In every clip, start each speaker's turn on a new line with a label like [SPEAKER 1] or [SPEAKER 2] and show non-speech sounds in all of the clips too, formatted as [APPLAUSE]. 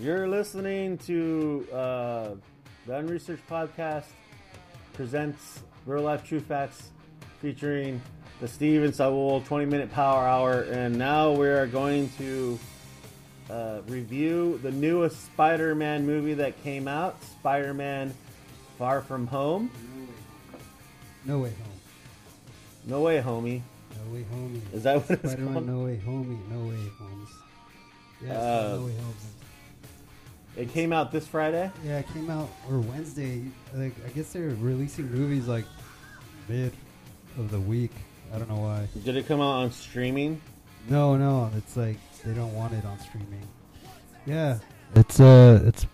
[SPEAKER 1] You're listening to uh, the Unresearched Podcast presents Real Life True Facts featuring the Steve and Saul 20 minute power hour. And now we are going to uh, review the newest Spider Man movie that came out Spider Man Far From Home.
[SPEAKER 2] No way home.
[SPEAKER 1] No way, homie.
[SPEAKER 2] No way home.
[SPEAKER 1] Is that what it's
[SPEAKER 2] Spider-Man
[SPEAKER 1] called?
[SPEAKER 2] No Way Homie. No Way Homes. Yeah, it's
[SPEAKER 1] Uh,
[SPEAKER 2] called No Way Homes.
[SPEAKER 1] It came out this Friday.
[SPEAKER 2] Yeah, it came out or Wednesday. Like I guess they're releasing movies like mid of the week. I don't know why.
[SPEAKER 1] Did it come out on streaming?
[SPEAKER 2] No, no, it's like they don't want it on streaming. Yeah, it's uh, it's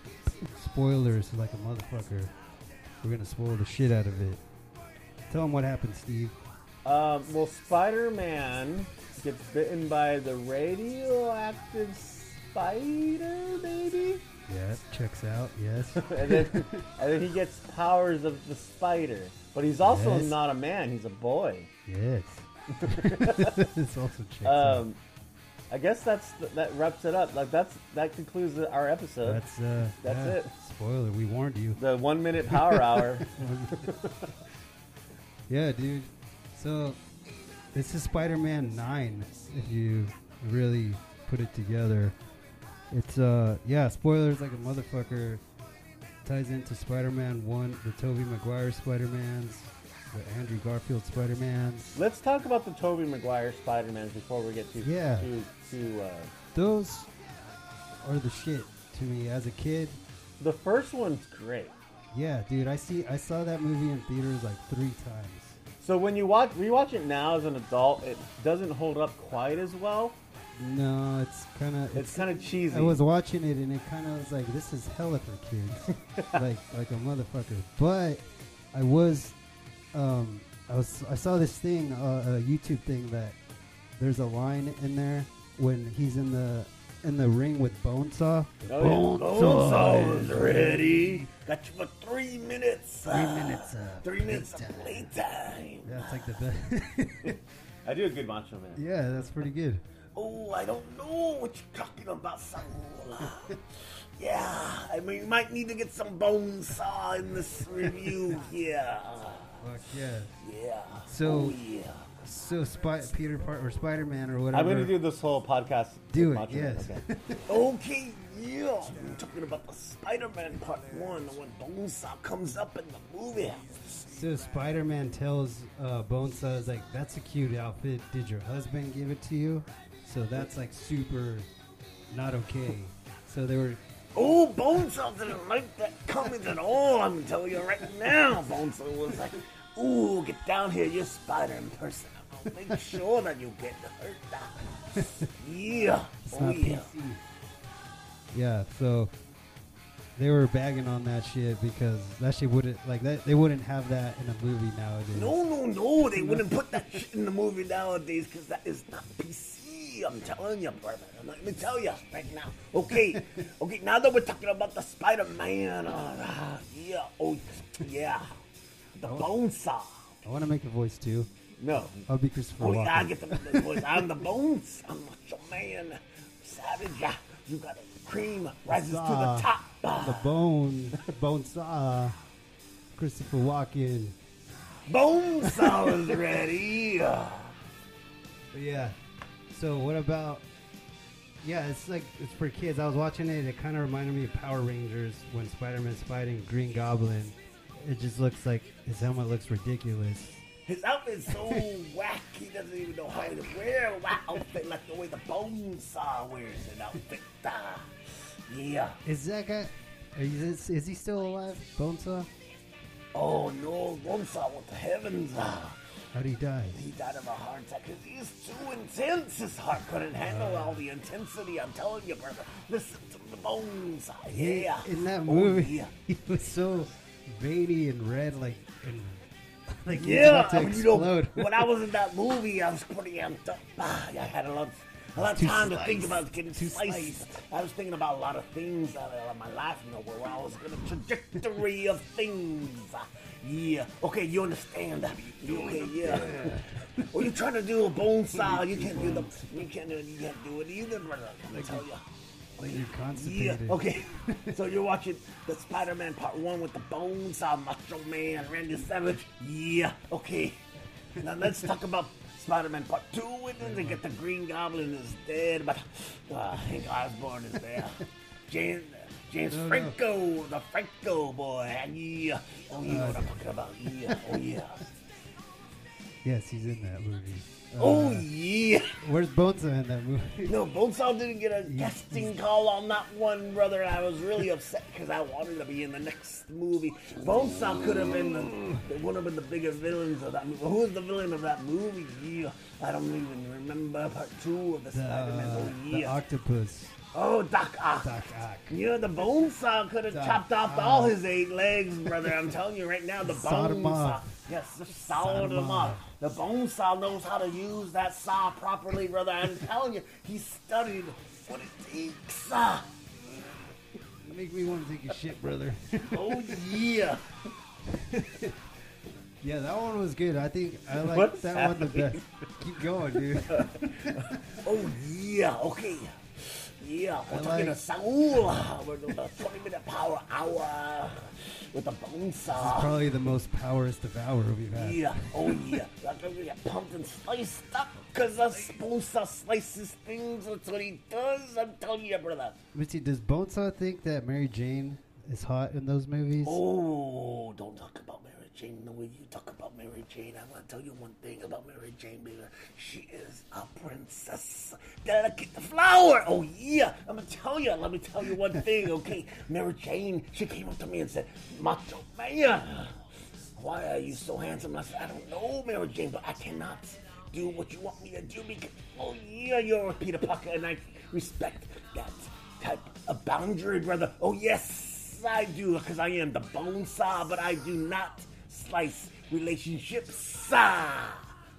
[SPEAKER 2] spoilers like a motherfucker. We're gonna spoil the shit out of it. Tell them what happened, Steve.
[SPEAKER 1] Um, well, Spider Man gets bitten by the radioactive spider, maybe?
[SPEAKER 2] Yeah, checks out. Yes.
[SPEAKER 1] And
[SPEAKER 2] [LAUGHS]
[SPEAKER 1] then, and then he gets powers of the spider. But he's also
[SPEAKER 2] Yes.
[SPEAKER 1] not a man, he's a boy.
[SPEAKER 2] [LAUGHS] Yes. it's also checks out.
[SPEAKER 1] Um, I guess that's th- that wraps it up. Like that's that concludes our episode.
[SPEAKER 2] That's uh.
[SPEAKER 1] that's
[SPEAKER 2] yeah,
[SPEAKER 1] it.
[SPEAKER 2] Spoiler. We warned you.
[SPEAKER 1] the one minute
[SPEAKER 2] [LAUGHS]
[SPEAKER 1] power hour.
[SPEAKER 2] Yeah, dude. So this is Spider-Man Nine. If you really put it together, it's uh yeah spoilers like a motherfucker. Ties into Spider-Man One, the Tobey Maguire Spider-Mans, the Andrew Garfield Spider-Mans.
[SPEAKER 1] Let's talk about the Toby Maguire Spider Mans before we get too
[SPEAKER 2] Yeah.
[SPEAKER 1] too, too uh,
[SPEAKER 2] Those are the shit to me as a kid.
[SPEAKER 1] the first one's great.
[SPEAKER 2] Yeah, dude. I see. I saw that movie in theaters like three times.
[SPEAKER 1] So when you watch rewatch it now as an adult, it doesn't hold up quite as well.
[SPEAKER 2] No, it's kind of
[SPEAKER 1] It's kind of cheesy.
[SPEAKER 2] I was watching it and it kind of was like, this is hella for kids, [LAUGHS] like like a motherfucker. But I was, um, I was I saw this thing, uh, a YouTube thing that there's a line in there when he's in the in the ring with Bonesaw.
[SPEAKER 1] Oh, yeah. Bonesaw is ready. Got you for three minutes.
[SPEAKER 2] Three minutes. Uh,
[SPEAKER 1] [LAUGHS] Three minutes of playtime.
[SPEAKER 2] Yeah, it's like the best.
[SPEAKER 1] I do a good Macho Man.
[SPEAKER 2] [LAUGHS] yeah, that's pretty good.
[SPEAKER 1] Oh, I don't know what you're talking about, Saul. [LAUGHS] yeah, I mean, you might need to get some bone saw in this review [LAUGHS] here.
[SPEAKER 2] Fuck yeah.
[SPEAKER 1] Yeah. Oh,
[SPEAKER 2] So-
[SPEAKER 1] yeah.
[SPEAKER 2] So Spy- Peter Par- or Spider Man or whatever.
[SPEAKER 1] I'm gonna do this whole podcast.
[SPEAKER 2] Do
[SPEAKER 1] with
[SPEAKER 2] it,
[SPEAKER 1] Macho Man,
[SPEAKER 2] yes. [LAUGHS]
[SPEAKER 1] Okay. okay, yeah. We're talking about the Spider-Man Part One, when Bone Saw comes up in the movie.
[SPEAKER 2] So Spider Man tells uh, Bonesaw, is like, that's a cute outfit. Did your husband give it to you? So that's like super not okay. So they were,
[SPEAKER 1] Oh, Bonesaw didn't like that comment at all. I'm telling you right now. Bonesaw was like, "Ooh, get down here, you're spider in person. I'll make sure that you get hurt." [LAUGHS] Yeah.
[SPEAKER 2] it's
[SPEAKER 1] oh
[SPEAKER 2] not
[SPEAKER 1] yeah.
[SPEAKER 2] PC. Yeah, so they were bagging on that shit because that shit wouldn't, like, that they wouldn't have that in a movie nowadays.
[SPEAKER 1] No, no, no. They wouldn't put that shit in the movie nowadays because that is not PC. I'm telling you, brother. I'm Let me tell you right now. Okay, okay. Now that we're talking about the Spider-Man, uh, yeah, oh yeah, the Bonesaw.
[SPEAKER 2] I want to make a voice too.
[SPEAKER 1] No,
[SPEAKER 2] I'll be Christopher
[SPEAKER 1] Oh, yeah, I
[SPEAKER 2] Walken.
[SPEAKER 1] get the voice. I'm the bones. I'm your man. Savage. Yeah, You got a cream rises to
[SPEAKER 2] Ah,
[SPEAKER 1] the top. Ah,
[SPEAKER 2] The bone, Bonesaw, Christopher Walken.
[SPEAKER 1] Bones is ready.
[SPEAKER 2] But yeah. So what about? Yeah, it's like it's for kids. I was watching it. It kind of reminded me of Power Rangers when Spider-Man's fighting Green Goblin. It just looks like his helmet looks ridiculous.
[SPEAKER 1] His outfit's so whack, he doesn't even know how to wear a whack outfit like the way the bones wears an outfit. Ah, Yeah.
[SPEAKER 2] Is that guy? Is, is he still alive, Bonesaw?
[SPEAKER 1] Oh no, bones went to heavens. Ah,
[SPEAKER 2] How'd he die?
[SPEAKER 1] He died of a heart attack because he is too intense. His heart couldn't handle all the intensity. I'm telling you, brother. Listen to the bones. Yeah.
[SPEAKER 2] In
[SPEAKER 1] Oh,
[SPEAKER 2] that movie,
[SPEAKER 1] yeah.
[SPEAKER 2] [LAUGHS] he was so veiny and red, like and [LAUGHS] like he was
[SPEAKER 1] Yeah,
[SPEAKER 2] about to
[SPEAKER 1] I mean, you know,
[SPEAKER 2] explode.
[SPEAKER 1] [LAUGHS] when I was in that movie, I was pretty amped up. Ah, I had a lot, a lot of
[SPEAKER 2] Too
[SPEAKER 1] time to think
[SPEAKER 2] sliced.
[SPEAKER 1] about getting
[SPEAKER 2] Too
[SPEAKER 1] sliced.
[SPEAKER 2] sliced.
[SPEAKER 1] I was thinking about a lot of things out of my life, you know, where I was going to trajectory of things. Ah, Yeah, okay, you understand. You okay, yeah. Well, you're trying to do a bone style. You can't do the, you can't, do- you can't do it either, brother. Let me tell you.
[SPEAKER 2] When you're
[SPEAKER 3] Yeah.
[SPEAKER 2] constipated.
[SPEAKER 3] Okay. [LAUGHS] so you're watching the Spider-Man Part One with the bones of Macho Man Randy Savage. Yeah. Okay. Now let's talk about Spider-Man Part Two, and then they get the Green Goblin is dead, but uh, Hank Osborn is
[SPEAKER 2] [LAUGHS]
[SPEAKER 3] there. James. James
[SPEAKER 2] No, no.
[SPEAKER 3] Franco, the Franco boy, yeah, oh you know what I'm talking about, yeah, oh yeah,
[SPEAKER 2] Uh, [LAUGHS] Yes, he's in that movie. Uh,
[SPEAKER 3] oh yeah.
[SPEAKER 2] Where's Bonza in that movie?
[SPEAKER 3] No, Bonesaw didn't get a casting call on that one, brother. I was really upset because I wanted to be in the next movie. Bonesaw could have been the, one of the biggest villains of that movie. Who was the villain of that movie? Yeah, I don't even remember part two of the,
[SPEAKER 2] The, uh,
[SPEAKER 3] Spider-Man. Oh,
[SPEAKER 2] the
[SPEAKER 3] yeah.
[SPEAKER 2] octopus.
[SPEAKER 3] oh, Doc Ock.
[SPEAKER 2] Doc Ock.
[SPEAKER 3] Yeah, the Bonesaw could have
[SPEAKER 2] Doc
[SPEAKER 3] chopped off all
[SPEAKER 2] Ock.
[SPEAKER 3] his eight legs, brother. I'm telling you right now, the
[SPEAKER 2] Sawed 'em
[SPEAKER 3] Bonesaw.
[SPEAKER 2] off.
[SPEAKER 3] Yes, the sawed
[SPEAKER 2] Sawed 'em
[SPEAKER 3] him off.
[SPEAKER 2] off.
[SPEAKER 3] The Bonesaw knows how to use that saw properly, brother. I'm telling you, he studied what it takes. Ah,
[SPEAKER 2] Make me want to take a shit, brother. [LAUGHS]
[SPEAKER 3] Oh, yeah.
[SPEAKER 2] yeah, that one was good. I think I like
[SPEAKER 3] What's
[SPEAKER 2] that one the best. [LAUGHS] Keep going, dude.
[SPEAKER 3] Oh, yeah. Okay. Yeah, we're
[SPEAKER 2] I
[SPEAKER 3] talking to
[SPEAKER 2] like-
[SPEAKER 3] Saul. We're doing a 20 minute power hour with the Bonesaw.
[SPEAKER 2] Probably the most powers devour we've had.
[SPEAKER 3] Yeah, oh yeah. [LAUGHS] I'm gonna get pumped and sliced up because I supposed to slice his things. That's what he does. I'm telling you, brother.
[SPEAKER 2] Let's see, does Bonesaw think that Mary Jane is hot in those movies?
[SPEAKER 3] Oh, don't talk about Mary Jane the way you talk about Mary Jane. I'm gonna tell you one thing about Mary Jane, baby. She is a princess. Delicate flower. Oh yeah, I'm gonna tell you. Let me tell you one thing, okay? Mary Jane, she came up to me and said, "Macho man, why are you so handsome?" And I said, "I don't know, Mary Jane, but I cannot do what you want me to do because oh yeah, you're a Peter Parker, and I respect that type of boundary, brother. Oh yes." I do, because I am the bone saw, but I do not slice relationships. Ah!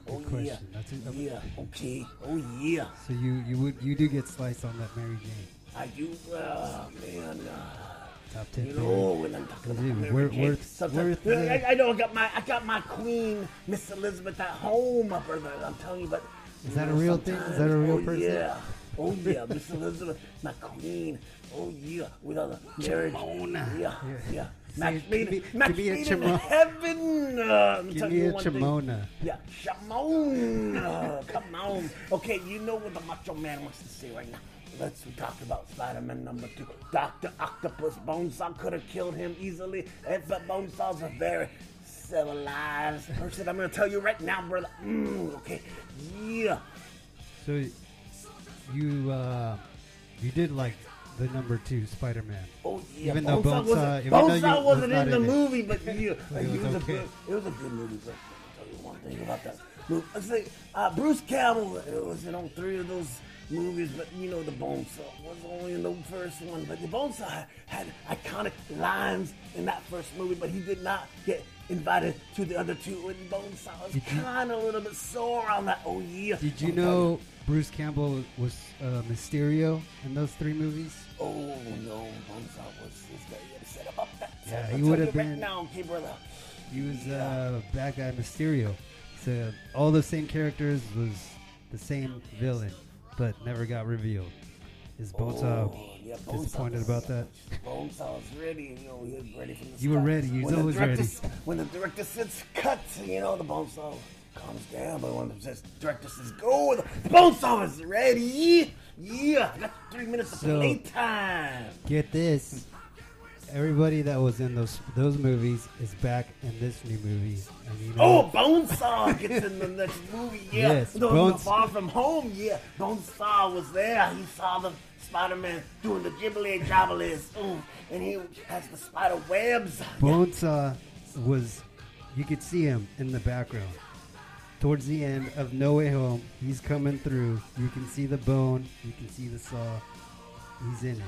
[SPEAKER 3] Oh
[SPEAKER 2] Good question.
[SPEAKER 3] yeah,
[SPEAKER 2] That's it.
[SPEAKER 3] oh yeah, okay, oh yeah,
[SPEAKER 2] So you you would you do get sliced on that Mary Jane
[SPEAKER 3] I do. Oh man, uh,
[SPEAKER 2] top ten.
[SPEAKER 3] you
[SPEAKER 2] favorite.
[SPEAKER 3] know when I'm talking about
[SPEAKER 2] Dude,
[SPEAKER 3] Mary
[SPEAKER 2] worth-
[SPEAKER 3] Jane,
[SPEAKER 2] worth-
[SPEAKER 3] sometimes-
[SPEAKER 2] worth the-
[SPEAKER 3] I, I know I got my I got my queen Miss Elizabeth at home, my brother. I'm telling you, but
[SPEAKER 2] Is that a real thing? Is that a real
[SPEAKER 3] oh,
[SPEAKER 2] person?
[SPEAKER 3] Yeah. Oh yeah, Miss Elizabeth, my queen. Oh yeah, with all the marriage. Yeah, yeah. Match
[SPEAKER 2] Say, give
[SPEAKER 3] made,
[SPEAKER 2] me-
[SPEAKER 3] match
[SPEAKER 2] give me a
[SPEAKER 3] made in
[SPEAKER 2] Chimona.
[SPEAKER 3] heaven. Uh, I'm
[SPEAKER 2] Give
[SPEAKER 3] telling
[SPEAKER 2] me
[SPEAKER 3] you
[SPEAKER 2] a
[SPEAKER 3] one thing.
[SPEAKER 2] Chimona.
[SPEAKER 3] Yeah, Shimona, come on. Okay, you know what the Macho Man wants to say right now. Let's talk about Spider-Man number two. Doctor Octopus Bonesaw could have killed him easily, eh, but Bonesaw's a very civilized person. I'm gonna tell you right now, brother. Mm, okay, yeah.
[SPEAKER 2] So you uh, you did like the number two Spider Man.
[SPEAKER 3] Oh, yeah.
[SPEAKER 2] Even though Bonesaw-
[SPEAKER 3] wasn't,
[SPEAKER 2] even though you-
[SPEAKER 3] Bonesaw
[SPEAKER 2] was
[SPEAKER 3] wasn't
[SPEAKER 2] not
[SPEAKER 3] in the
[SPEAKER 2] in it.
[SPEAKER 3] movie, but yeah,
[SPEAKER 2] But it
[SPEAKER 3] he
[SPEAKER 2] was
[SPEAKER 3] was a
[SPEAKER 2] okay.
[SPEAKER 3] good, it was a good movie. But I'll tell you one thing about that. movie. I say uh, Bruce Campbell it was in all three of those movies, but you know the Bonesaw was only in the first one. But the Bonesaw had iconic lines in that first movie, but he did not get invited to the other two. And Bonesaw was
[SPEAKER 2] Did you-
[SPEAKER 3] kind of a little bit sore on that. Oh yeah.
[SPEAKER 2] Did
[SPEAKER 3] I'm
[SPEAKER 2] you
[SPEAKER 3] telling
[SPEAKER 2] know Bruce Campbell was uh, Mysterio in those three movies?
[SPEAKER 3] Oh no, Bonesaw was, was very upset about that.
[SPEAKER 2] Yeah,
[SPEAKER 3] I'll
[SPEAKER 2] he
[SPEAKER 3] tell
[SPEAKER 2] would
[SPEAKER 3] you
[SPEAKER 2] have
[SPEAKER 3] Right
[SPEAKER 2] been-
[SPEAKER 3] now, okay, brother.
[SPEAKER 2] He was uh, bad guy Mysterio. So all the same characters was the same villain, but never got revealed. Is Bonesaw
[SPEAKER 3] Oh, yeah, Bonesaw
[SPEAKER 2] uh, disappointed
[SPEAKER 3] was-
[SPEAKER 2] about that?
[SPEAKER 3] Bonesaw was ready, you know, he was ready from the
[SPEAKER 2] You were
[SPEAKER 3] start.
[SPEAKER 2] ready, he was
[SPEAKER 3] When the
[SPEAKER 2] always
[SPEAKER 3] director
[SPEAKER 2] ready.
[SPEAKER 3] s- When the director says cut, you know, the Bonesaw calms down, but when the s- director says go, the Bonesaw is ready. Yeah, I got three minutes of
[SPEAKER 2] So-
[SPEAKER 3] playtime.
[SPEAKER 2] Get this. Everybody that was in those those movies is back in this new movie. And you know,
[SPEAKER 3] Oh, Bonesaw gets in the next movie, yeah.
[SPEAKER 2] Yes,
[SPEAKER 3] no,
[SPEAKER 2] Bones-
[SPEAKER 3] no, Far From Home, yeah. Bonesaw was there. He saw the Spider-Man doing the jibbly and jobblies. Ooh, and he has the spider webs.
[SPEAKER 2] Bonesaw was, you could see him in the background. Towards the end of No Way Home, he's coming through. You can see the bone. You can see the saw. He's in it.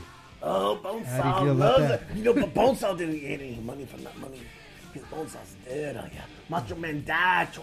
[SPEAKER 3] Oh,
[SPEAKER 2] How do you feel
[SPEAKER 3] Bonesaw
[SPEAKER 2] about
[SPEAKER 3] loves it.
[SPEAKER 2] that?
[SPEAKER 3] You know, but Bonesaw didn't get any money from that money. Because Bonesaw's dead, oh yeah. Macho Man died. Cho-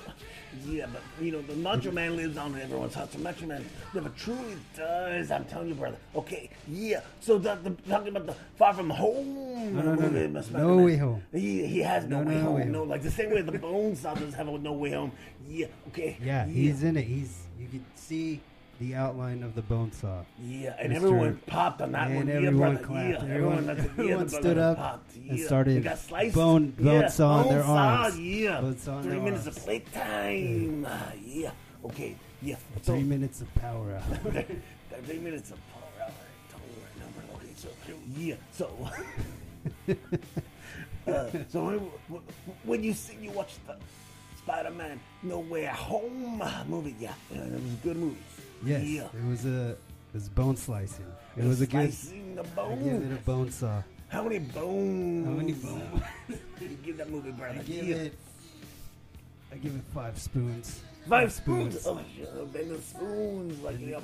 [SPEAKER 3] Yeah, but you know, the
[SPEAKER 2] Mm-hmm.
[SPEAKER 3] Macho Man lives on in everyone's heart. The Macho Man never truly does, I'm telling you, brother. Okay, yeah. So, the, the, talking about the Far From Home.
[SPEAKER 2] No, no, no,
[SPEAKER 3] movie,
[SPEAKER 2] no.
[SPEAKER 3] Mr.
[SPEAKER 2] No
[SPEAKER 3] Man.
[SPEAKER 2] Way Home.
[SPEAKER 3] He, he has no,
[SPEAKER 2] No,
[SPEAKER 3] way,
[SPEAKER 2] no
[SPEAKER 3] home.
[SPEAKER 2] Way Home.
[SPEAKER 3] No, like the same way the Bonesaw doesn't have a no way home. Yeah, okay.
[SPEAKER 2] Yeah, he's in it. He's you can see the outline of the bone saw.
[SPEAKER 3] Yeah, and
[SPEAKER 2] Mr.
[SPEAKER 3] everyone popped on that
[SPEAKER 2] and
[SPEAKER 3] one. Yeah,
[SPEAKER 2] everyone
[SPEAKER 3] brother,
[SPEAKER 2] clapped.
[SPEAKER 3] Yeah.
[SPEAKER 2] Everyone- [LAUGHS]
[SPEAKER 3] that's- yeah,
[SPEAKER 2] everyone
[SPEAKER 3] the
[SPEAKER 2] stood
[SPEAKER 3] brother
[SPEAKER 2] up
[SPEAKER 3] popped.
[SPEAKER 2] and
[SPEAKER 3] Yeah.
[SPEAKER 2] started
[SPEAKER 3] They got sliced.
[SPEAKER 2] bone-
[SPEAKER 3] yeah.
[SPEAKER 2] bone saw on
[SPEAKER 3] Bone
[SPEAKER 2] their
[SPEAKER 3] saw,
[SPEAKER 2] arms.
[SPEAKER 3] Yeah,
[SPEAKER 2] Bone saw on
[SPEAKER 3] three
[SPEAKER 2] their
[SPEAKER 3] minutes
[SPEAKER 2] arms.
[SPEAKER 3] of play time. Ah, yeah, okay, yeah. So,
[SPEAKER 2] Three minutes of power out.
[SPEAKER 3] [LAUGHS] that [LAUGHS] three minutes of power hour. Totally right number. Okay, so yeah, so. [LAUGHS] Uh, so when, when- when you see you watch the Spider-Man No Way Home movie, yeah, yeah, it was a good movie.
[SPEAKER 2] Yes,
[SPEAKER 3] yeah.
[SPEAKER 2] it was a it was bone slicing. It was a good.
[SPEAKER 3] Slicing the
[SPEAKER 2] I give it
[SPEAKER 3] bone.
[SPEAKER 2] a bone saw.
[SPEAKER 3] How many bones?
[SPEAKER 2] How many bones?
[SPEAKER 3] [LAUGHS] You give that movie, brother.
[SPEAKER 2] I give
[SPEAKER 3] yeah.
[SPEAKER 2] it. I give it five spoons.
[SPEAKER 3] Five spoons. Oh, then the spoons. Like, yeah.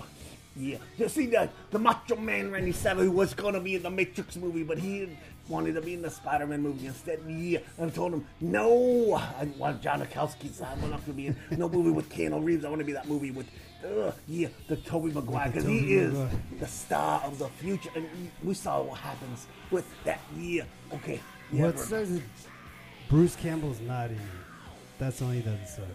[SPEAKER 3] yeah. You see that the Macho Man Randy Savage was gonna be in the Matrix movie, but he wanted to be in the Spider-Man movie instead. Yeah, and I told him no. I want John Akowski's. I want to be in no movie with Keanu Reeves. I want to be that movie with. Uh, yeah, the Toby Maguire, because he
[SPEAKER 2] Tobey
[SPEAKER 3] is
[SPEAKER 2] Maguire.
[SPEAKER 3] the star of the future, and we saw what happens with that. Yeah, okay. Yeah,
[SPEAKER 2] what
[SPEAKER 3] bro.
[SPEAKER 2] sucks is Bruce Campbell's not in it. That's the only that sucks.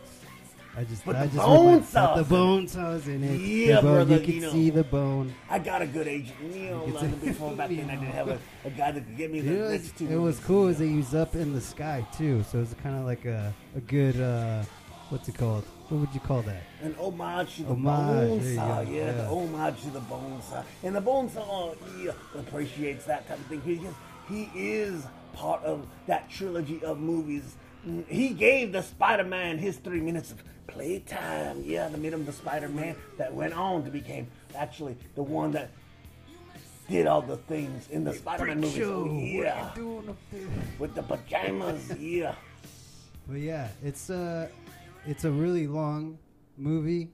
[SPEAKER 2] I just,
[SPEAKER 3] But
[SPEAKER 2] I
[SPEAKER 3] the
[SPEAKER 2] just
[SPEAKER 3] bone
[SPEAKER 2] remember-
[SPEAKER 3] saw's
[SPEAKER 2] but
[SPEAKER 3] in
[SPEAKER 2] the
[SPEAKER 3] it.
[SPEAKER 2] bone saws in it. The
[SPEAKER 3] Yeah,
[SPEAKER 2] bone-
[SPEAKER 3] brother,
[SPEAKER 2] You can
[SPEAKER 3] you know.
[SPEAKER 2] see the bone.
[SPEAKER 3] I got a good agent, Neil.
[SPEAKER 2] You
[SPEAKER 3] uh,
[SPEAKER 2] can say-
[SPEAKER 3] before back then, I didn't have a, a guy that could give me
[SPEAKER 2] You know,
[SPEAKER 3] the next
[SPEAKER 2] it's-
[SPEAKER 3] two.
[SPEAKER 2] it was
[SPEAKER 3] movies.
[SPEAKER 2] cool is that he was up in the sky too, so it's kind of like a a good uh, what's it called? What would you call that?
[SPEAKER 3] An homage to the
[SPEAKER 2] Homage, there
[SPEAKER 3] bone
[SPEAKER 2] you
[SPEAKER 3] saw,
[SPEAKER 2] go,
[SPEAKER 3] yeah, the
[SPEAKER 2] yeah.
[SPEAKER 3] homage to the bone saw, and the bone saw yeah, appreciates that type of thing. He just, he is part of that trilogy of movies. Mm, He gave the Spider-Man his three minutes of playtime. Yeah, the minimum the Spider-Man that went on to became actually the one that did all the things in the Spider-Man movies. Oh, yeah, with the [LAUGHS] pajamas. yeah.
[SPEAKER 2] But yeah, it's uh it's a really long movie,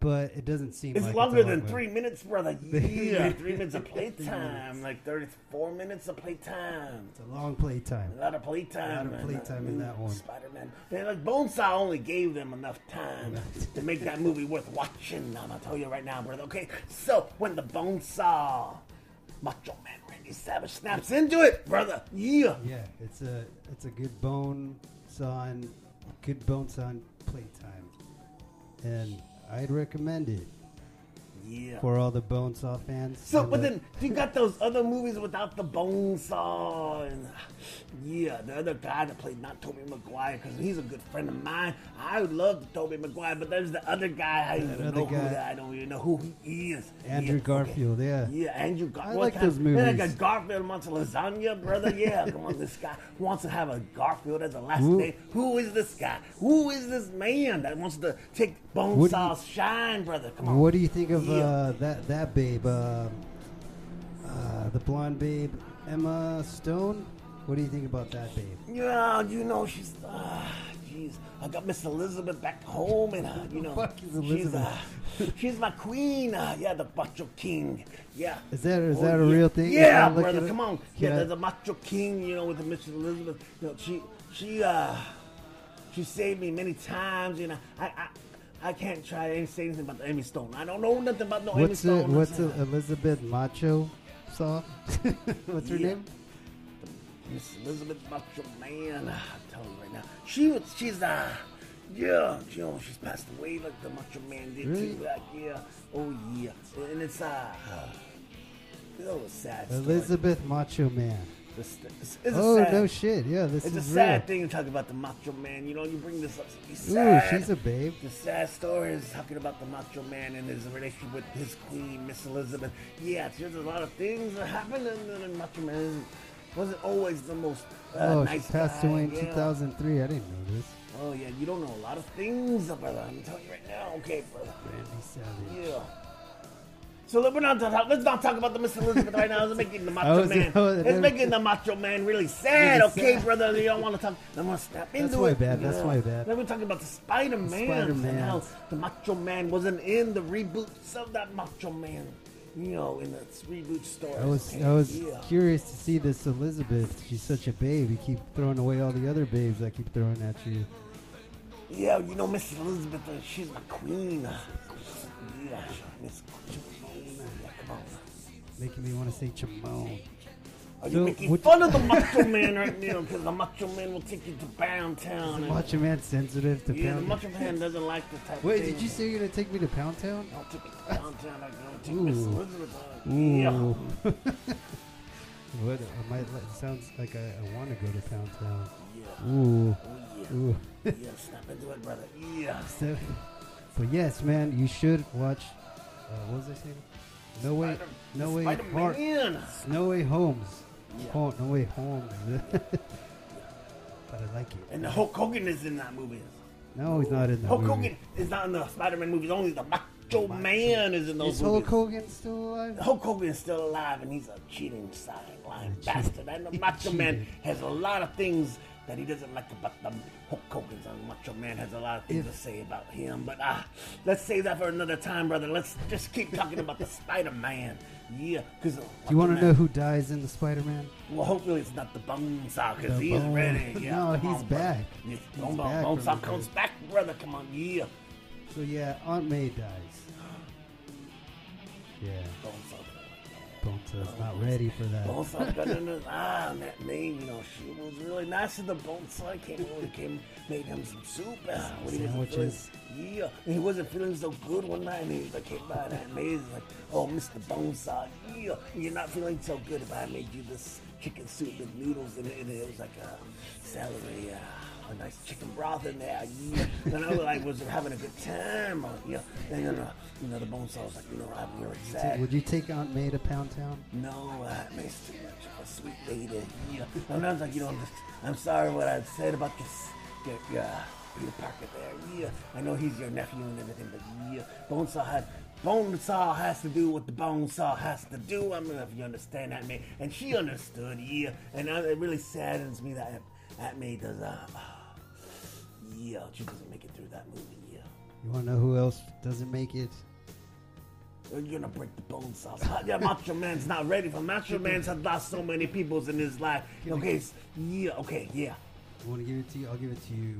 [SPEAKER 2] but it doesn't seem
[SPEAKER 3] It's
[SPEAKER 2] like
[SPEAKER 3] longer
[SPEAKER 2] it's a long
[SPEAKER 3] than
[SPEAKER 2] movie.
[SPEAKER 3] three
[SPEAKER 2] [LAUGHS]
[SPEAKER 3] minutes, brother. Yeah, three minutes of playtime, like thirty-four minutes of playtime.
[SPEAKER 2] It's a long playtime.
[SPEAKER 3] A lot of playtime.
[SPEAKER 2] A lot of
[SPEAKER 3] man.
[SPEAKER 2] playtime in that one.
[SPEAKER 3] Spider-Man. They like Bonesaw only gave them enough time to make that movie worth watching. I'm gonna tell you right now, brother. Okay, so when the Bonesaw, Macho Man Randy Savage snaps into it, brother. Yeah.
[SPEAKER 2] Yeah, it's a it's a good bone son, good bone son playtime, and I'd recommend it
[SPEAKER 3] Yeah.
[SPEAKER 2] for all the bone saw fans.
[SPEAKER 3] So,
[SPEAKER 2] and
[SPEAKER 3] but
[SPEAKER 2] the-
[SPEAKER 3] then you got those other movies without the bone saw, and yeah, the other guy that played not Toby Maguire because he's a good friend of mine. I love Toby Maguire, but there's the other guy. I don't
[SPEAKER 2] That
[SPEAKER 3] even
[SPEAKER 2] other
[SPEAKER 3] know who
[SPEAKER 2] guy.
[SPEAKER 3] that. I don't even know who he is.
[SPEAKER 2] Andrew
[SPEAKER 3] Yeah, okay.
[SPEAKER 2] Garfield, yeah.
[SPEAKER 3] Yeah, Andrew Garfield.
[SPEAKER 2] like those
[SPEAKER 3] Then I
[SPEAKER 2] movies.
[SPEAKER 3] got Garfield wants a lasagna, brother. Yeah, come on, this guy wants to have a Garfield as a last
[SPEAKER 2] Who-
[SPEAKER 3] name. Who is this guy? Who is this man that wants to take bone
[SPEAKER 2] What do you-
[SPEAKER 3] saw's shine, brother? Come on.
[SPEAKER 2] What do you think of
[SPEAKER 3] Yeah.
[SPEAKER 2] uh, that that babe, um uh, the blonde babe Emma Stone? What do you think about that babe?
[SPEAKER 3] Yeah, you know she's. Ah, jeez, I got Miss Elizabeth back
[SPEAKER 2] [LAUGHS]
[SPEAKER 3] home, and uh, you know
[SPEAKER 2] fuck is
[SPEAKER 3] she's
[SPEAKER 2] Elizabeth?
[SPEAKER 3] uh, she's my queen. Uh, yeah, the Macho King. Yeah.
[SPEAKER 2] Is that- is
[SPEAKER 3] Oh,
[SPEAKER 2] that a
[SPEAKER 3] yeah.
[SPEAKER 2] real thing? Can I
[SPEAKER 3] Yeah,
[SPEAKER 2] look
[SPEAKER 3] brother,
[SPEAKER 2] it up?
[SPEAKER 3] come on.
[SPEAKER 2] Can
[SPEAKER 3] Yeah,
[SPEAKER 2] I-
[SPEAKER 3] the, the Macho King. You know, with the Miss Elizabeth. You know, she she uh she saved me many times. You know, I I. I can't try to say anything about Amy Stone. I don't know nothing about no Amy
[SPEAKER 2] What's
[SPEAKER 3] Stone.
[SPEAKER 2] it, what's it, Elizabeth Macho saw? [LAUGHS] what's her
[SPEAKER 3] Yeah.
[SPEAKER 2] name?
[SPEAKER 3] Miss Elizabeth Macho Man. I'm telling you right now. She was, she's, uh, yeah, you know, she's passed away like the Macho Man did
[SPEAKER 2] Really?
[SPEAKER 3] too. Like, yeah, oh yeah. And it's, uh, it's a little sad story.
[SPEAKER 2] Elizabeth Macho Man.
[SPEAKER 3] It's, it's, it's
[SPEAKER 2] oh
[SPEAKER 3] a sad,
[SPEAKER 2] no shit! Yeah, this
[SPEAKER 3] It's a
[SPEAKER 2] is
[SPEAKER 3] sad
[SPEAKER 2] real.
[SPEAKER 3] thing to talk about the Macho Man. You know, you bring this up, it's
[SPEAKER 2] Ooh,
[SPEAKER 3] sad.
[SPEAKER 2] she's a babe.
[SPEAKER 3] The sad story is talking about the Macho Man and his relationship with his queen, Miss Elizabeth. Yeah, there's a lot of things that happened, and the Macho Man isn't- wasn't always the most uh,
[SPEAKER 2] oh,
[SPEAKER 3] nice
[SPEAKER 2] she passed
[SPEAKER 3] guy,
[SPEAKER 2] away in
[SPEAKER 3] yeah.
[SPEAKER 2] 2003. I didn't know this.
[SPEAKER 3] Oh yeah, you don't know a lot of things, brother. I'm telling you right now. Okay, brother.
[SPEAKER 2] Randy Savage.
[SPEAKER 3] Yeah. So let- we're not talk, let's not talk about the Miss Elizabeth right now. It's
[SPEAKER 2] [LAUGHS]
[SPEAKER 3] making the
[SPEAKER 2] I
[SPEAKER 3] macho
[SPEAKER 2] was-
[SPEAKER 3] man.
[SPEAKER 2] I was-
[SPEAKER 3] It's making the macho man really sad.
[SPEAKER 2] Oh, Really
[SPEAKER 3] okay,
[SPEAKER 2] sad.
[SPEAKER 3] brother, you don't want to talk. I'm gonna snap into
[SPEAKER 2] my
[SPEAKER 3] it.
[SPEAKER 2] bad, that's
[SPEAKER 3] Yeah.
[SPEAKER 2] my bad.
[SPEAKER 3] Then we're talking about the Spider Man.
[SPEAKER 2] Spider-Man.
[SPEAKER 3] And how the macho man wasn't in the reboots of that macho man. You know, in the reboot story.
[SPEAKER 2] I was
[SPEAKER 3] Okay,
[SPEAKER 2] I was
[SPEAKER 3] yeah.
[SPEAKER 2] curious to see this Elizabeth. She's such a babe. You keep throwing away all the other babes I keep throwing at you.
[SPEAKER 3] Yeah, you know Miss Elizabeth, uh, she's my queen. Yeah, Miss Queen. Yeah, come on.
[SPEAKER 2] Making me want to say Chamone.
[SPEAKER 3] Are
[SPEAKER 2] So
[SPEAKER 3] you making
[SPEAKER 2] what-
[SPEAKER 3] fun of the Macho Man right now? Because the Macho Man will take you to Pound Town. and-
[SPEAKER 2] Macho Man sensitive to
[SPEAKER 3] yeah, the
[SPEAKER 2] Pound.
[SPEAKER 3] Macho Man doesn't like this type
[SPEAKER 2] Wait,
[SPEAKER 3] of thing.
[SPEAKER 2] did you say you're gonna take me to Pound Town?
[SPEAKER 3] I'll take you to Pound Town. I'm going to take Miss
[SPEAKER 2] Ooh.
[SPEAKER 3] Elizabeth. out.
[SPEAKER 2] Ooh. [LAUGHS]
[SPEAKER 3] Yeah.
[SPEAKER 2] what? I might. It sounds like I, I want to go to Pound Town.
[SPEAKER 3] Yeah.
[SPEAKER 2] Ooh.
[SPEAKER 3] Oh, yeah.
[SPEAKER 2] Ooh. [LAUGHS]
[SPEAKER 3] yeah, snap into it, brother. Yeah.
[SPEAKER 2] So, but yes, man, you should watch. Uh, what was I saying? No way.
[SPEAKER 3] Spider-
[SPEAKER 2] No way. Har-
[SPEAKER 3] Spider-Man.
[SPEAKER 2] no way. Holmes.
[SPEAKER 3] Yeah.
[SPEAKER 2] Oh, no way. Holmes. [LAUGHS] but I like it.
[SPEAKER 3] And the Hulk Hogan is in that movie.
[SPEAKER 2] No, he's not in the
[SPEAKER 3] Hulk
[SPEAKER 2] movie.
[SPEAKER 3] Hogan is not in the Spider-Man movies. Only the Macho Man is in those
[SPEAKER 2] Is
[SPEAKER 3] movies.
[SPEAKER 2] Hulk Hogan still alive?
[SPEAKER 3] Hulk Hogan is still alive, and he's a cheating
[SPEAKER 2] [LAUGHS]
[SPEAKER 3] sideline bastard. And the Macho Man has a lot of things that he doesn't like about the Hulk Hogan's. And Macho Man has a lot of things
[SPEAKER 2] If-
[SPEAKER 3] to say about him. But ah, let's save that for another time, brother. Let's just keep
[SPEAKER 2] [LAUGHS]
[SPEAKER 3] talking about the Spider Man. Yeah, because
[SPEAKER 2] Do you want to know who dies in the Spider-Man?
[SPEAKER 3] Well, hopefully it's not the bone saw because
[SPEAKER 2] The
[SPEAKER 3] he is
[SPEAKER 2] Bone-
[SPEAKER 3] ready.
[SPEAKER 2] [LAUGHS]
[SPEAKER 3] Yeah,
[SPEAKER 2] No,
[SPEAKER 3] come
[SPEAKER 2] he's
[SPEAKER 3] on, brother.
[SPEAKER 2] back.
[SPEAKER 3] Yeah,
[SPEAKER 2] He's
[SPEAKER 3] Bone,
[SPEAKER 2] back
[SPEAKER 3] bone
[SPEAKER 2] from
[SPEAKER 3] saw
[SPEAKER 2] the
[SPEAKER 3] comes
[SPEAKER 2] grave.
[SPEAKER 3] back, brother. Come on, yeah.
[SPEAKER 2] So yeah, Aunt May dies. Yeah,
[SPEAKER 3] Bone saw.
[SPEAKER 2] Bonta's not ready for that.
[SPEAKER 3] Bone saw got in his eye and Ah, that name, you know, she was really nice to the bone saw. Came over and came, made him some soup. Uh, when he wasn't feeling,
[SPEAKER 2] Sandwiches.
[SPEAKER 3] yeah, and he wasn't feeling so good one night, and he like, came by and Aunt May is like, "Oh, Mr. Bone saw, yeah, you're not feeling so good. If I made you this chicken soup with noodles in it, and it was like a celery." Uh, a nice chicken broth in there. Yeah. And I was like, was having a good time. uh, Yeah. And then, uh, you know, the bone saw was like, you know, I'm your exact.
[SPEAKER 2] Would you take Aunt May to Pound Town?
[SPEAKER 3] No, that makes too much of a sweet lady. Yeah. Sometimes, like, you know, I'm, just, I'm sorry what I said about this, your, your uh, Peter Parker there. Yeah. I know he's your nephew and everything, but yeah. Bonesaw had, Bonesaw has to do what the Bonesaw has to do. I don't know if you understand that, man. And she understood, yeah. And I, it really saddens me that that May does, um, [SIGHS] yeah, she doesn't make it through that movie, yeah.
[SPEAKER 2] You want to know who else doesn't make it?
[SPEAKER 3] You're gonna break the bones off. Yeah, Macho Man's not ready for Macho Man's had lost so many peoples in his life. Okay, s- yeah, okay, yeah. [LAUGHS]
[SPEAKER 2] I want to give it to you. I'll give it to you.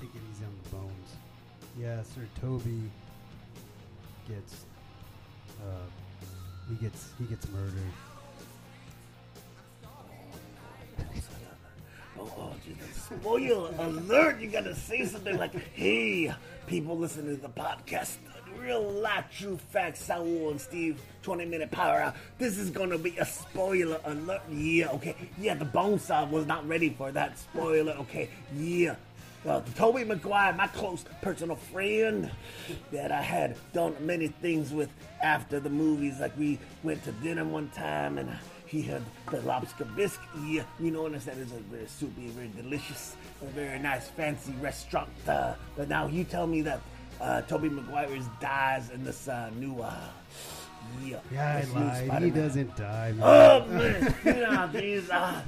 [SPEAKER 2] Take it easy on the bones. Yeah, Sir Toby gets uh, he gets he gets murdered.
[SPEAKER 3] Oh, oh Jesus. Spoiler alert, you gotta say something like, hey, people listening to the podcast, real life true facts, Saul and Steve, 20 minute power hour. This is gonna be a spoiler alert. Yeah, okay. Yeah, the bone saw was not ready for that spoiler. Okay, yeah. Uh, Toby McGuire, my close personal friend that I had done many things with after the movies. Like we went to dinner one time and he had the lobster bisque. Yeah, you know what I'm saying? It's a very soupy, very delicious, a very nice, fancy restaurant. Uh, but now you tell me that uh, Toby McGuire's dies in this uh, new. Uh, yeah,
[SPEAKER 2] Yeah,
[SPEAKER 3] this
[SPEAKER 2] I
[SPEAKER 3] new
[SPEAKER 2] lied. He
[SPEAKER 3] Spider-Man.
[SPEAKER 2] doesn't die. Man.
[SPEAKER 3] Oh man, you know these are.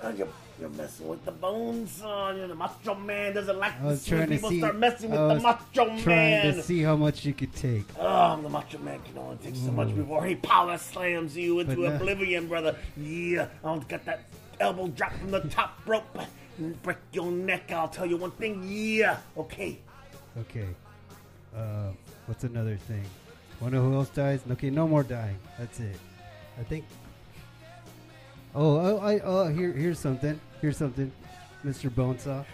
[SPEAKER 3] Oh, you're, you're messing with the bones. Oh, you're the macho man doesn't like
[SPEAKER 2] I was
[SPEAKER 3] this when
[SPEAKER 2] trying to
[SPEAKER 3] people
[SPEAKER 2] see.
[SPEAKER 3] start messing with
[SPEAKER 2] I
[SPEAKER 3] the
[SPEAKER 2] was
[SPEAKER 3] macho
[SPEAKER 2] trying
[SPEAKER 3] man.
[SPEAKER 2] to see how much you could take.
[SPEAKER 3] Oh, the Macho Man can only take so much before he power slams you into
[SPEAKER 2] Mm. But no-
[SPEAKER 3] oblivion, brother. Yeah, I'll get that elbow drop from the top rope and break your neck. I'll tell you one thing. Yeah, okay.
[SPEAKER 2] Okay. Uh, what's another thing? Wanna know who else dies? Okay, no more dying. That's it. I think. Oh, oh, I oh here here's something. Here's something, Mr. Bonesaw.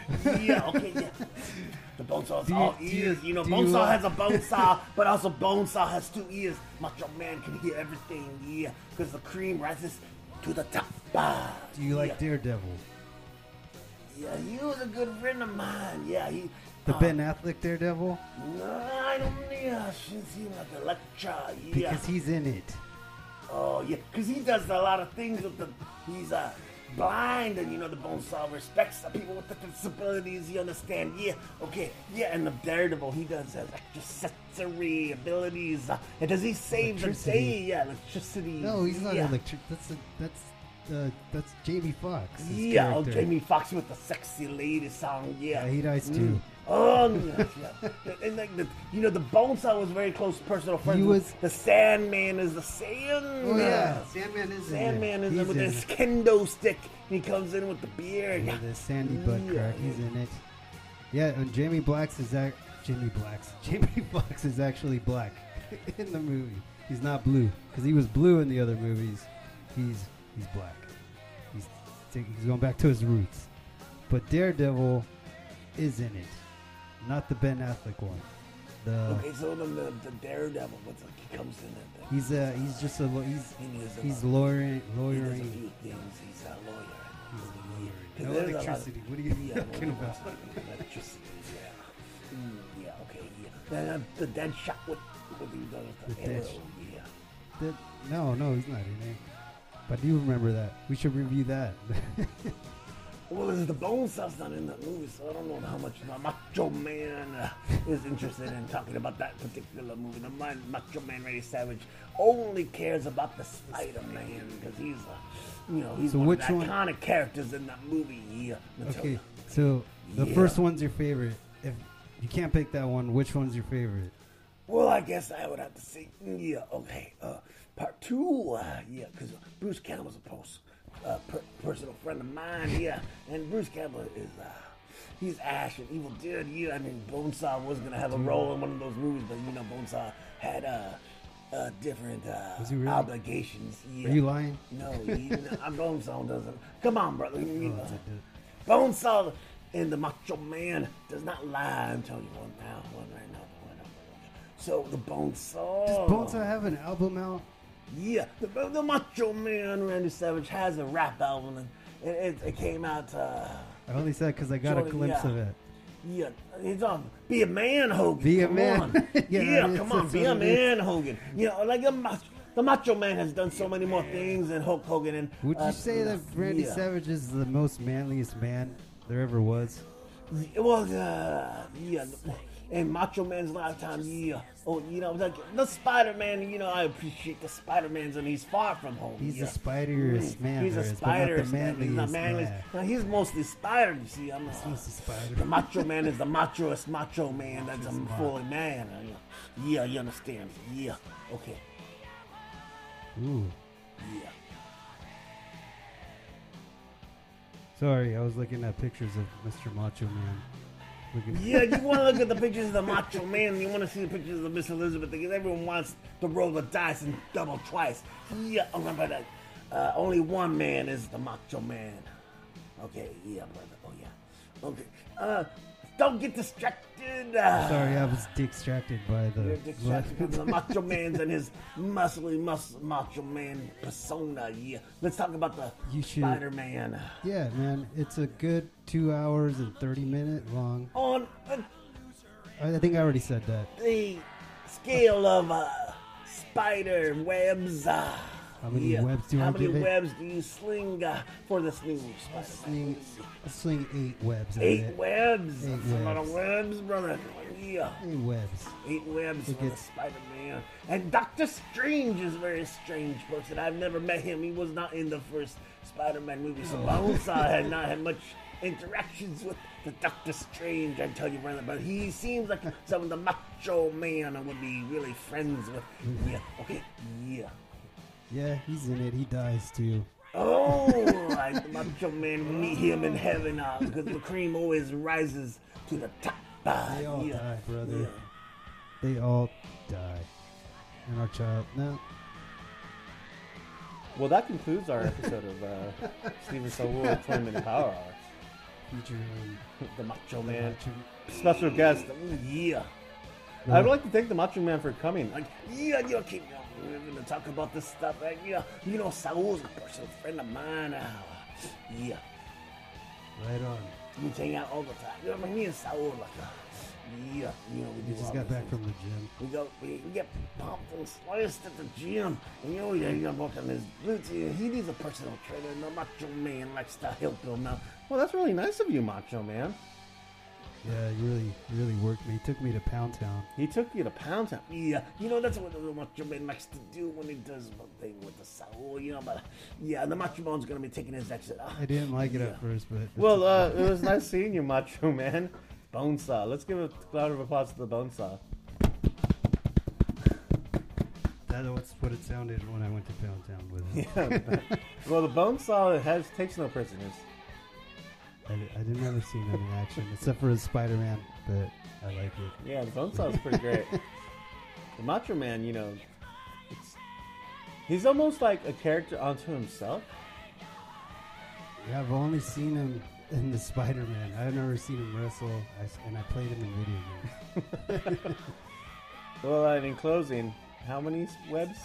[SPEAKER 2] [LAUGHS]
[SPEAKER 3] Yeah, okay, yeah. The bonesaw is
[SPEAKER 2] Do you-
[SPEAKER 3] all
[SPEAKER 2] do you-
[SPEAKER 3] ears. You know,
[SPEAKER 2] do you,
[SPEAKER 3] bonesaw
[SPEAKER 2] uh,
[SPEAKER 3] has
[SPEAKER 2] [LAUGHS]
[SPEAKER 3] a bonesaw, but also bonesaw has two ears. Macho Man can hear everything. Yeah, because the cream rises to the top. Ah,
[SPEAKER 2] Do you like
[SPEAKER 3] yeah.
[SPEAKER 2] Daredevil?
[SPEAKER 3] Yeah, he was a good friend of mine. Yeah, he.
[SPEAKER 2] The
[SPEAKER 3] uh,
[SPEAKER 2] Ben Affleck Daredevil?
[SPEAKER 3] No, I don't. Yeah, she seemed like Electra. Yeah.
[SPEAKER 2] Because he's in it.
[SPEAKER 3] oh yeah, because he does a lot of things with the. He's uh, blind, and you know the Bone Saw respects the people with the disabilities. You understand? Yeah. Okay. Yeah, and the Daredevil, he does has accessory abilities, uh, and does he save the
[SPEAKER 2] Electricity.
[SPEAKER 3] day? Yeah, electricity.
[SPEAKER 2] No, he's not
[SPEAKER 3] yeah.
[SPEAKER 2] electric. That's a, that's uh, that's Jamie Foxx. his
[SPEAKER 3] Yeah, oh,
[SPEAKER 2] character.
[SPEAKER 3] Jamie Foxx with the sexy lady song. Yeah,
[SPEAKER 2] Yeah, he dies too.
[SPEAKER 3] Oh, yes, yeah. [LAUGHS] and like the, you know, the Bonesaw was very close personal friends.
[SPEAKER 2] He
[SPEAKER 3] with-
[SPEAKER 2] was-
[SPEAKER 3] the Sandman is the Sand.
[SPEAKER 2] Oh yeah, Sandman is in it.
[SPEAKER 3] Sandman is
[SPEAKER 2] He's
[SPEAKER 3] with
[SPEAKER 2] in
[SPEAKER 3] his
[SPEAKER 2] it.
[SPEAKER 3] kendo stick. He comes in with the beard.
[SPEAKER 2] Yeah, the Sandy butt
[SPEAKER 3] Yeah.
[SPEAKER 2] crack. He's in it. Yeah, and Jamie Blacks is act. Jimmy Blacks. [LAUGHS] Jamie Blacks is actually [LAUGHS] black in the movie. He's not blue because he was blue in the other movies. He's He's black. He's taking, he's going back to his roots. But Daredevil is in it, not the Ben Affleck one. The
[SPEAKER 3] Okay, so then the, the Daredevil, what's like he comes in and
[SPEAKER 2] he's uh he's just a lo- he's
[SPEAKER 3] he knows
[SPEAKER 2] he's
[SPEAKER 3] about-
[SPEAKER 2] lawyering
[SPEAKER 3] he does a
[SPEAKER 2] lawyering.
[SPEAKER 3] few things. He's a lawyer.
[SPEAKER 2] He's lawyering. No
[SPEAKER 3] He's a lawyer. 'Cause there's a lot of-
[SPEAKER 2] electricity. What are you
[SPEAKER 3] Yeah,
[SPEAKER 2] talking
[SPEAKER 3] well,
[SPEAKER 2] about?
[SPEAKER 3] Electricity. Yeah. Mm, yeah. Okay. Yeah. Then uh, the dead shot. What? What do you know?
[SPEAKER 2] The
[SPEAKER 3] arrow,
[SPEAKER 2] Deadshot.
[SPEAKER 3] Yeah.
[SPEAKER 2] That, no, no, he's not in it. But I do remember that. We should review that. [LAUGHS]
[SPEAKER 3] Well, this is the bone stuff's not in the movie, so I don't know how much the Macho Man uh, is interested in talking about that particular movie. The man, Macho Man Randy Savage only cares about the Spider-Man because he's a, you know, he's
[SPEAKER 2] So
[SPEAKER 3] one
[SPEAKER 2] which
[SPEAKER 3] of the
[SPEAKER 2] one-
[SPEAKER 3] iconic characters in that movie. Yeah,
[SPEAKER 2] okay,
[SPEAKER 3] Matilda.
[SPEAKER 2] so the
[SPEAKER 3] Yeah.
[SPEAKER 2] first one's your favorite. If you can't pick that one, which one's your favorite?
[SPEAKER 3] Well, I guess I would have to say, yeah, okay. Uh, part two, uh, yeah, because Bruce Campbell's a post, uh, per- personal friend of mine, yeah. And Bruce Campbell is, uh, he's Ash and Evil Dead, yeah. I mean, Bonesaw was going to have a
[SPEAKER 2] Mm.
[SPEAKER 3] role in one of those movies, but, you know, Bonesaw had uh, uh, different uh,
[SPEAKER 2] Was he really-
[SPEAKER 3] obligations. Yeah.
[SPEAKER 2] Are you lying?
[SPEAKER 3] No, he, no Bonesaw doesn't. Come on, brother. you
[SPEAKER 2] Oh,
[SPEAKER 3] know.
[SPEAKER 2] it's a dude.
[SPEAKER 3] Bonesaw and the Macho Man does not lie. I'm telling you one now, one right now, one right now. So the Bonesaw.
[SPEAKER 2] Does Bonta have an album out?
[SPEAKER 3] Yeah, the, the Macho Man Randy Savage has a rap album, and it, it, it came out. Uh,
[SPEAKER 2] I only said because I got a
[SPEAKER 3] Jordan,
[SPEAKER 2] glimpse
[SPEAKER 3] yeah.
[SPEAKER 2] of it.
[SPEAKER 3] yeah, he's on. Be a man, Hogan.
[SPEAKER 2] Be a
[SPEAKER 3] come
[SPEAKER 2] man.
[SPEAKER 3] On.
[SPEAKER 2] [LAUGHS] Yeah,
[SPEAKER 3] yeah,
[SPEAKER 2] it's-
[SPEAKER 3] come on.
[SPEAKER 2] it's
[SPEAKER 3] Be
[SPEAKER 2] what
[SPEAKER 3] a
[SPEAKER 2] it is.
[SPEAKER 3] man, Hogan. You know, like a macho. The Macho Man has done so many more things than Hulk Hogan. And
[SPEAKER 2] Would
[SPEAKER 3] uh,
[SPEAKER 2] you say that Randy
[SPEAKER 3] yeah.
[SPEAKER 2] Savage is the most manliest man there ever was?
[SPEAKER 3] Well, uh, yeah, in Macho Man's lifetime, yeah. Oh, you know, like the Spider Man, you know, I appreciate the Spider Man's and he's far from home.
[SPEAKER 2] He's
[SPEAKER 3] yeah.
[SPEAKER 2] the spideriest man
[SPEAKER 3] He's
[SPEAKER 2] there
[SPEAKER 3] a
[SPEAKER 2] is,
[SPEAKER 3] spider.
[SPEAKER 2] but not the
[SPEAKER 3] he's not
[SPEAKER 2] manliest
[SPEAKER 3] manliest.
[SPEAKER 2] man.
[SPEAKER 3] Now, he's mostly spider, you see. I'm not.
[SPEAKER 2] He's the spider.
[SPEAKER 3] The macho man is the machoest macho man that's a
[SPEAKER 2] Machoest
[SPEAKER 3] fully man. Yeah, you understand. Yeah, okay.
[SPEAKER 2] Ooh.
[SPEAKER 3] Yeah.
[SPEAKER 2] Sorry, I was looking at pictures of Mr. Macho Man. Looking
[SPEAKER 3] Yeah, you want to look at the pictures of the Macho Man. You want to see the pictures of Miss Elizabeth because everyone wants to roll the dice and double twice. Yeah, remember that. Uh, only one man is the Macho Man. Okay, yeah, brother. Oh yeah. Okay. Uh, don't get distracted. Uh,
[SPEAKER 2] Sorry, I was distracted by the.
[SPEAKER 3] You're distracted from the Macho Man's and his muscly mus- Macho Man persona. Yeah. Let's talk about the
[SPEAKER 2] You should-
[SPEAKER 3] Spider Man.
[SPEAKER 2] [LAUGHS] yeah, man, it's a good two hours and thirty minute long.
[SPEAKER 3] On. Uh,
[SPEAKER 2] I, I think I already said that.
[SPEAKER 3] the scale of uh, spider webs. Uh,
[SPEAKER 2] How many webs do
[SPEAKER 3] How
[SPEAKER 2] I
[SPEAKER 3] many
[SPEAKER 2] give it?
[SPEAKER 3] webs do you sling uh, for this new Spider-Man?
[SPEAKER 2] Sling, I sling eight webs. at
[SPEAKER 3] Eight
[SPEAKER 2] it.
[SPEAKER 3] webs.
[SPEAKER 2] Eight
[SPEAKER 3] That's a lot of webs, brother. Yeah.
[SPEAKER 2] Eight webs.
[SPEAKER 3] Eight webs
[SPEAKER 2] It
[SPEAKER 3] for the
[SPEAKER 2] gets-
[SPEAKER 3] Spider-Man. And Doctor Strange is a very strange person. I've never met him. He was not in the first Spider-Man movie, so
[SPEAKER 2] Oh.
[SPEAKER 3] Bonesaw had not had much interactions with the Doctor Strange, I tell you, brother. But he seems like someone the macho man would be really friends with. Yeah, okay, yeah.
[SPEAKER 2] Yeah, he's in it. He dies too.
[SPEAKER 3] Oh, like the macho man, we meet him in heaven uh, because the cream always rises to the top. Uh,
[SPEAKER 2] They all
[SPEAKER 3] yeah,
[SPEAKER 2] die, brother.
[SPEAKER 3] yeah.
[SPEAKER 2] They all die. And our child. No.
[SPEAKER 1] Well, that concludes our episode of uh, Steven Sowell 20 Minute Power Hour.
[SPEAKER 2] Featuring.
[SPEAKER 3] The
[SPEAKER 2] [LAUGHS]
[SPEAKER 3] macho man.
[SPEAKER 1] Special guest.
[SPEAKER 3] Ooh, yeah.
[SPEAKER 1] I would like to thank the Macho Man for coming.
[SPEAKER 3] Like, yeah, you keep living to talk about this stuff. Like, yeah, you know, Saul's a personal friend of mine. Uh, yeah,
[SPEAKER 2] Right on.
[SPEAKER 3] we hang out all the time. You know, what I mean? me and Saul, like, uh, yeah, you know, we do
[SPEAKER 2] We just
[SPEAKER 3] all
[SPEAKER 2] got
[SPEAKER 3] these
[SPEAKER 2] back
[SPEAKER 3] things.
[SPEAKER 2] from the gym.
[SPEAKER 3] We go, we, we get pumped and sliced at the gym. And you know, yeah, you're working his boots. Yeah, he needs a personal trainer. And the macho man likes to help him out.
[SPEAKER 1] Well, that's really nice of you, Macho Man.
[SPEAKER 2] Yeah, you really, you really worked me. He took me to Pound Town.
[SPEAKER 1] He took you to Pound Town.
[SPEAKER 3] Yeah, you know that's what the Macho Man likes to do when he does one thing with the soul, you know. But yeah, the Macho Man's gonna be taking his exit. Ah,
[SPEAKER 2] I didn't like it
[SPEAKER 3] yeah.
[SPEAKER 2] at first, but
[SPEAKER 1] Well, uh, it was nice seeing you, Macho Man. Bonesaw. Let's give a round of applause to the Bonesaw.
[SPEAKER 2] that's what it sounded when I went to Pound Town with
[SPEAKER 3] [LAUGHS]
[SPEAKER 2] him.
[SPEAKER 1] Well, the Bonesaw has takes no prisoners.
[SPEAKER 2] I, I didn't ever see him in action except for his Spider Man, but I like it.
[SPEAKER 1] Yeah, the Bonesaw is pretty great. the Macho Man, you know, it's, he's almost like a character unto himself.
[SPEAKER 2] Yeah, I've only seen him in the [LAUGHS] Spider-Man. I've never seen him wrestle, I s and I played him in video games.
[SPEAKER 1] Well, and in closing, how many webs?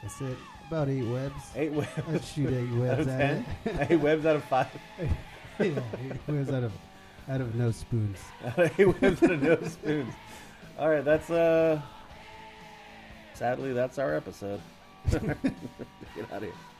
[SPEAKER 2] That's it. About eight webs.
[SPEAKER 1] Eight webs.
[SPEAKER 2] I'd shoot eight
[SPEAKER 1] [LAUGHS] out
[SPEAKER 2] webs
[SPEAKER 1] of
[SPEAKER 2] at
[SPEAKER 1] ten? [LAUGHS] eight webs out of five.
[SPEAKER 2] it. [LAUGHS] yeah, eight webs out of out of no spoons.
[SPEAKER 1] eight webs out of no spoons. All right, that's uh. Sadly, that's our episode. [LAUGHS] Get out of here.